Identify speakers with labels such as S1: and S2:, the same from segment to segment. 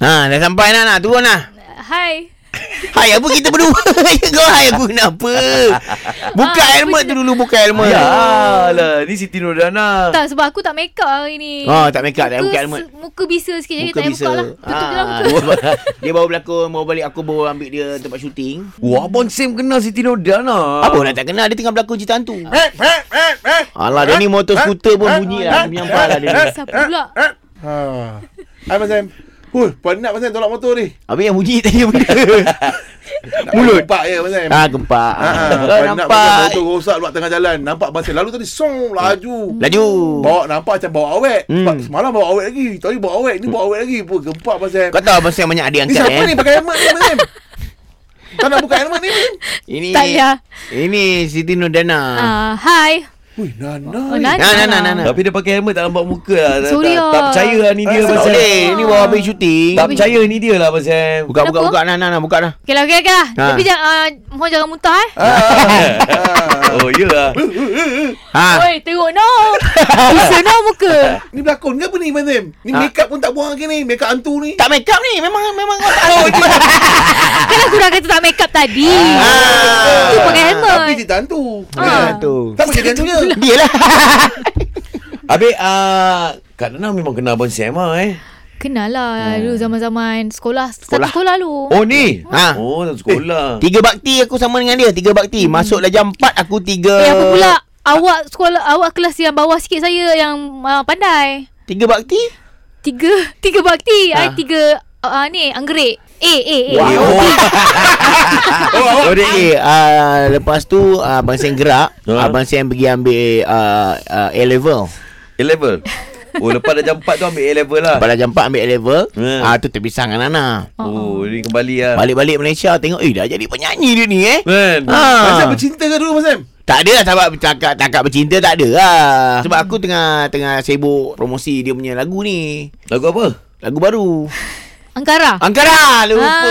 S1: Ha, dah sampai nak nak turun lah.
S2: Hai.
S1: Hai apa kita berdua je kau hai aku kenapa? Buka
S2: Ah,
S1: helmet
S2: aku
S1: tu dulu buka helmet.
S3: Ya lah Ni Siti Nurdana
S2: Tak sebab aku tak make up hari ni.
S1: Oh, tak make up, tak
S2: Muka
S1: buka helmet.
S2: se- Muka bisa sikit jadi
S1: Muka
S2: tak payah
S1: bisa.
S2: buka lah. Tutup je lah
S1: Ah,
S2: muka.
S1: dia baru berlakon, baru balik aku baru ambil dia tempat syuting.
S3: Wah Abang Sam kenal Siti Nurdana
S1: Apa nak tak kenal dia tengah berlakon cerita hantu. Alah dia ni motor skuter pun bunyi lah, menyampah lah dia. ni.
S2: Asal pula.
S4: Ha. Hai Abang Sam. Huh, penat Abang Sam tolak motor ni.
S1: Habis yang bunyi tadi benda. Mulut.
S4: Nampak je Abang Sam.
S1: Ah gempak.
S4: ya, Ha, ha,
S1: Ah,
S4: penat
S1: nampak.
S4: Abang Sam motor rosak luar tengah jalan. Nampak Abang Sam lalu tadi song laju.
S1: Laju.
S4: Bawa nampak macam bawa awet.
S1: Hmm.
S4: Sebab semalam bawa awet lagi. Tadi bawa awet, ni bawa awet lagi. Puh, gempak Abang Sam.
S1: Kau tahu abang Sam banyak adik
S4: Ni
S1: angkat
S4: siapa
S1: eh.
S4: ni pakai helmet ni Abang Sam? Tak nak buka helmet ni.
S1: Ini
S2: Tak payah.
S1: Ini Siti Nurdana.
S2: Ah, Hai.
S4: Wih, Nana.
S2: Oh,
S4: ni.
S2: Nana.
S1: Nah, nah, nah, nah, nah.
S3: Tapi dia pakai helmet tak nampak muka lah Tak-
S2: Sorry
S3: tak,
S2: ah.
S3: tak percaya lah ni dia
S4: Eh,
S3: Abang
S1: Tak
S3: Sam
S1: boleh. Ni baru habis syuting.
S3: Tak percaya ni dia lah Abang Sam
S1: Buka, buka, buka. Nah, nah, nah. Buka dah.
S2: Okay lah, okay, okay lah.
S1: Ha.
S2: Tapi jangan, ah, mohon jangan muntah eh.
S3: Oh ya lah
S1: Ha.
S2: Oi, teruk no. Bisa no muka.
S4: Ni berlakon ke apa ni Abang Sam? Ni
S1: Ha.
S4: make up pun tak buang lagi ni. Make up hantu ni.
S1: Tak make up ni. Memang memang kau tak
S2: Oh,
S1: tahu.
S2: Kan aku dah kata tak make up tadi.
S1: Ah.
S2: Tu pakai
S4: Tapi
S2: helmet.
S4: cerita hantu.
S1: Ah,
S4: Kan?
S1: tu.
S4: Tak boleh jadi hantunya.
S1: Dia lah.
S3: Habis ah, Kak Nana memang kenal Abang Sam lah eh
S2: Kenal lah dulu zaman-zaman sekolah. Satu
S1: Sekolah.
S2: sekolah lu.
S3: Oh ni
S1: Ha.
S3: Oh dalam sekolah
S1: Tiga bakti aku sama dengan dia. Tiga bakti. Masuk darjah empat aku tiga.
S2: Hmm. Eh, apa pula? Awak sekolah, awak kelas yang bawah sikit saya yang ah, pandai.
S1: Tiga bakti?
S2: Tiga Tiga bakti
S1: Ha.
S2: ha. I tiga uh, Ni anggerik Eh eh eh oh.
S3: Eh,
S1: Wow.
S3: oh.
S1: Sorry eh, uh, lepas tu uh, Abang Sam gerak
S2: Ah.
S3: Ha.
S1: Abang Sam pergi ambil uh, uh, A-level
S3: A-level Oh lepas dah jam 4 tu ambil A-level
S2: Ah.
S3: lah
S1: Pada jam 4 ambil A-level
S2: Hmm.
S3: Ha.
S1: Ah tu terpisah dengan Nana
S3: Oh ni kembali
S2: Ah.
S3: lah
S1: Balik-balik Malaysia tengok Eh dah jadi penyanyi dia ni eh
S3: Kan
S2: Hmm.
S4: Abang Sam
S1: ha.
S4: bercinta ke dulu Abang Sam?
S1: Tak ada lah sahabat cakap, cakap bercinta tak ada lah Sebab aku
S2: Hmm.
S1: tengah tengah sibuk promosi dia punya lagu ni
S3: Lagu apa?
S1: Lagu baru
S2: Angkara
S1: Angkara lupa
S2: Ah.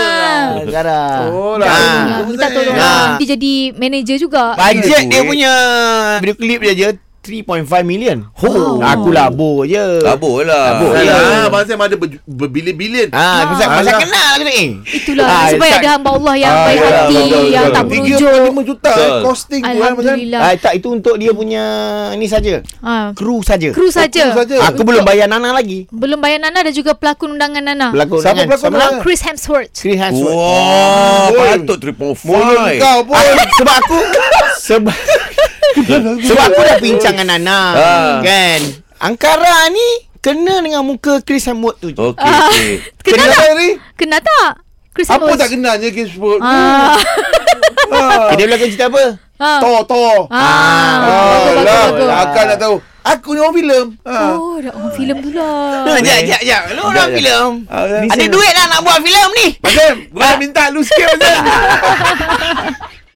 S1: ah. Angkara Ah.
S4: Oh, lagu.
S2: ha. Minta tolong
S1: Ha.
S2: ha. Nanti jadi manager juga
S1: Bajet
S3: Gila
S1: dia
S3: duit.
S1: punya video clip dia je 3.5 million
S3: Oh.
S1: Aku labur je
S3: Labur lah
S1: Labur.
S4: Kan,
S1: Ya.
S4: ah, Abang Sam ada ber- berbilion-bilion.
S1: Ah, ha, pasal, pasal
S4: Alah.
S1: kenal aku ni
S2: Itulah
S1: Ah,
S2: Supaya
S1: tak-
S2: ada hamba Allah yang
S4: Ah,
S2: baik
S4: ya,
S2: hati
S3: betul, betul,
S2: Yang
S3: betul.
S2: tak
S3: Tiga
S2: merujuk
S4: 3.5 juta eh,
S3: Betul.
S4: costing tu kan Abang Sam.
S2: Alhamdulillah
S1: Ah, tak, itu untuk dia punya ni saja
S2: ha.
S1: Kru saja
S2: Kru saja
S4: saja.
S1: Aku belum bayar Nana lagi
S2: Belum bayar Nana Dan juga pelakon undangan Nana
S1: Berlakon
S4: Siapa
S1: dengan-
S4: berlakon
S1: sama
S4: dalam?
S1: lah.
S2: Chris Hemsworth
S1: Chris Hemsworth
S3: Wah
S4: Oi.
S3: Patut 3.5
S4: Mulut kau pun.
S1: Aku- sebab aku sebab sebab aku dah bincang dengan Nana
S3: Ha.
S1: kan. Angkara ni kena dengan muka Chris Hemsworth tu. je.
S3: Okey okey
S2: Kenal Ah, tak?
S4: Kenapa ni?
S2: Kenal tak? Chris
S4: Apa
S2: Hemsworth
S4: tak kenalnya Chris Brown?
S2: Ah.
S4: Ah.
S1: Dia berlakon cerita apa?
S2: Ha.
S4: Tor, Tor.
S2: Ah,
S4: Ah,
S2: bagus, bagus,
S4: lah,
S2: bagus.
S4: Akal nak tahu. Aku ni orang filem. Ah.
S2: Oh, dah orang filem tu lah.
S1: Ha, jap jap jap. Ha. Lu
S3: Jap,
S1: orang
S3: jap.
S1: filem.
S4: Ah, Sam.
S1: Ada duit lah nak buat filem ni.
S4: Abang Sam, gua nak minta lu sikit Abang Sam.